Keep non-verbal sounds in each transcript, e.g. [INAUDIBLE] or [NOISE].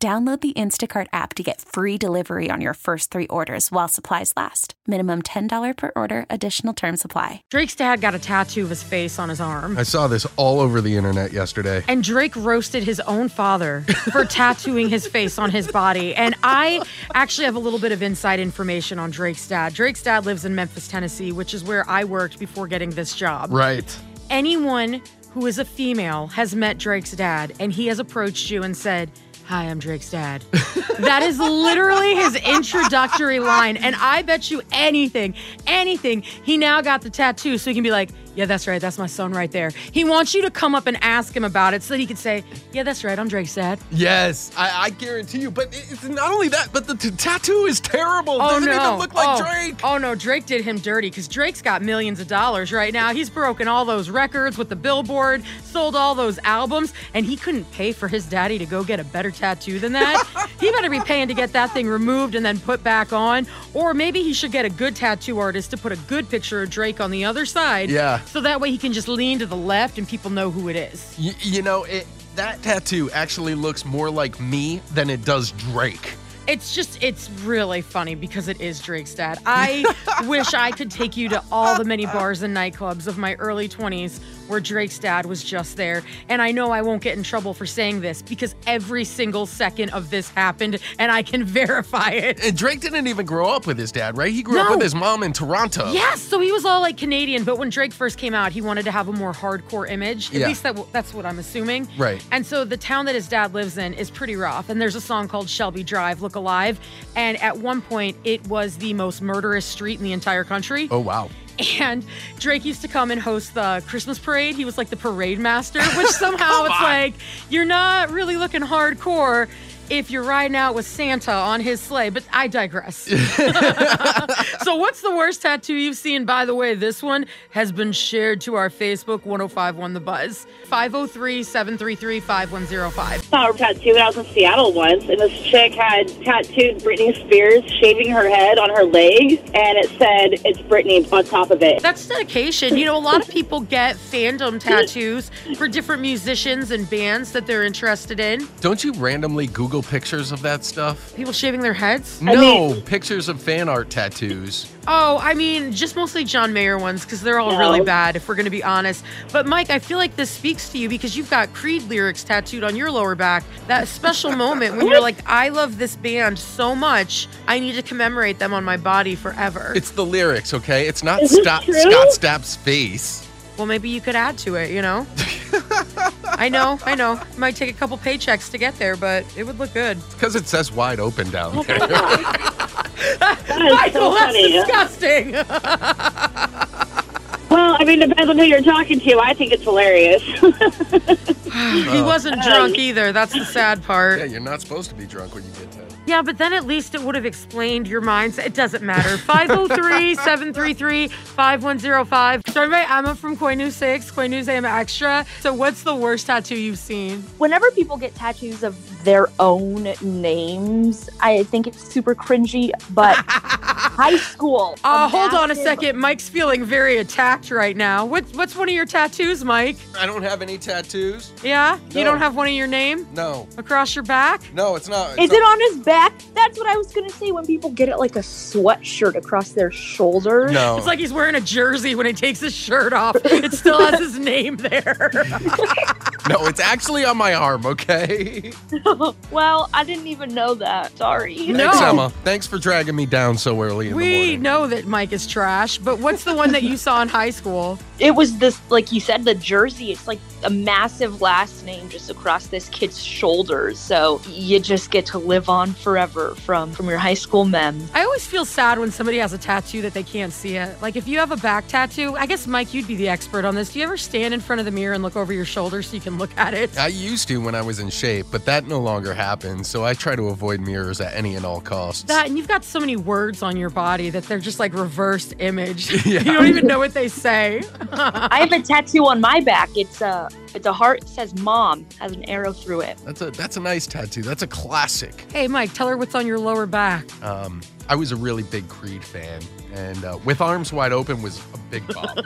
Download the Instacart app to get free delivery on your first three orders while supplies last. Minimum $10 per order, additional term supply. Drake's dad got a tattoo of his face on his arm. I saw this all over the internet yesterday. And Drake roasted his own father for tattooing his face on his body. And I actually have a little bit of inside information on Drake's dad. Drake's dad lives in Memphis, Tennessee, which is where I worked before getting this job. Right. Anyone who is a female has met Drake's dad, and he has approached you and said, Hi, I'm Drake's dad. that is literally his introductory line. And I bet you anything, anything, he now got the tattoo so he can be like, Yeah, that's right. That's my son right there. He wants you to come up and ask him about it so that he can say, Yeah, that's right. I'm Drake's dad. Yes, I, I guarantee you. But it's not only that, but the t- tattoo is terrible. Oh, Doesn't no. even look like oh. Drake. Oh, no. Drake did him dirty because Drake's got millions of dollars right now. He's broken all those records with the billboard, sold all those albums, and he couldn't pay for his daddy to go get a better tattoo than [LAUGHS] that. he better be paying to get that thing removed and then put back on. Or maybe he should get a good tattoo artist to put a good picture of Drake on the other side. Yeah. So that way he can just lean to the left and people know who it is. Y- you know, it, that tattoo actually looks more like me than it does Drake. It's just, it's really funny because it is Drake's dad. I wish I could take you to all the many bars and nightclubs of my early 20s where Drake's dad was just there. And I know I won't get in trouble for saying this because every single second of this happened and I can [LAUGHS] verify it. And Drake didn't even grow up with his dad, right? He grew up No. with his mom in Toronto. Yes, so he was all like Canadian, but when Drake first came out, he wanted to have a more hardcore image. At Yeah. least that w- that's what I'm assuming. Right. And so the town that his dad lives in is pretty rough. And there's a song called Shelby Drive, Look Alive. And at one point, it was the most murderous street in the entire country. Oh, wow. And Drake used to come and host the Christmas parade. He was like the parade master, which somehow it's on. like you're not really looking hardcore if you're riding out with Santa on his sleigh. But I digress. so, what's the worst tattoo you've seen? By the way, this one has been shared to our Facebook 1051 The Buzz 503 733 5105. saw her tattoo when I was in Seattle once, and this chick had tattooed Britney Spears shaving her head on her leg, and it said, It's Britney on top of it. That's dedication. You know, a lot of people get fandom tattoos for different musicians and bands that they're interested in. Don't you randomly Google pictures of that stuff? People shaving their heads. No, mean- pictures of fan art tattoos. Oh, I mean, just mostly John Mayer ones because they're all No. really bad, if we're going to be honest. But Mike, I feel like this speaks to you because you've got Creed lyrics tattooed on your lower back. That special moment when you're like, I love this band so much, I need to commemorate them on my body forever. It's the lyrics, okay? It's not Is this Scott, true? Scott Stapp's face. well, maybe you could add to it, you know? I know, I know. It might take a couple paychecks to get there, but it would look good. Because it says wide open [LAUGHS] down there. That is Michael, [LAUGHS] so that's funny. disgusting. Well, I mean, depends on who you're talking to. I think it's hilarious. [LAUGHS] he wasn't drunk either. That's the sad part. yeah, you're not supposed to be drunk when you get that. Yeah, but then at least it would have explained your mindset. It doesn't [LAUGHS] matter. 503 733 5105. So, everybody, I'm from Koi News 6, Koi News AM Extra. So, what's the worst tattoo you've seen? whenever people get tattoos of their own names, I think it's super cringy, [LAUGHS] but high school. Uh, hold on a massive- second. Mike's feeling very attacked right now. What's, what's one of your tattoos, Mike? I don't have any tattoos. Yeah? You No. don't have one of your name No, across your back? no, it's not. It's Is it not- on his back? That's what I was gonna say when people get it like a sweatshirt across their shoulders. No. [LAUGHS] It's like he's wearing a jersey when he takes his shirt off. It still has his name [LAUGHS] there. no, it's actually on my arm, okay? well, I didn't even know that. Sorry. [LAUGHS] No. Thanks, Emma. Thanks for dragging me down so early in the We morning. know that Mike is trash, but what's the one that you saw in high school? it was this like you said the jersey it's like a massive last name just across this kid's shoulders so you just get to live on forever from from your high school mem I always feel sad when somebody has a tattoo that they can't see it. Like if you have a back tattoo, I guess Mike, you'd be the expert on this. Do you ever stand in front of the mirror and look over your shoulder so you can look at it? I used to when I was in shape, but that no longer happens, so I try to avoid mirrors at any and all costs. That and you've got so many words on your body that they're just like reversed [LAUGHS] image. you don't even know what they say. i have a tattoo on my back it's a it's a heart that says mom has an arrow through it that's a that's a nice tattoo. That's a classic. hey Mike, tell her what's on your lower back. Um, I was a really big Creed fan, and uh, with arms wide open was a big [LAUGHS] pop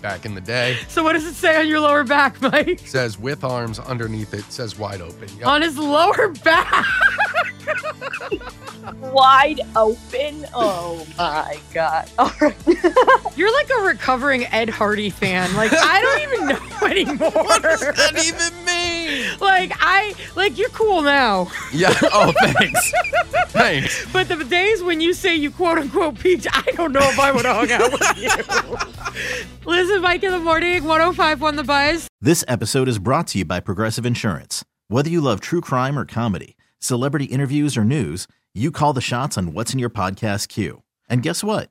back in the day. So what does it say on your lower back, Mike? Says with arms underneath it says wide open. Yep. On his lower back. wide open oh my god [LAUGHS] all right You're like a recovering Ed Hardy fan. Like I don't even know [LAUGHS] anymore. what does that even mean? Like I like you're cool now. Yeah. Oh, thanks. thanks. But the days when you say you quote unquote peaked, I don't know if I would have hung out with you. Listen, Mike in the morning, 105 on the bus. This episode is brought to you by Progressive Insurance. Whether you love true crime or comedy, celebrity interviews or news, you call the shots on what's in your podcast queue. And guess what?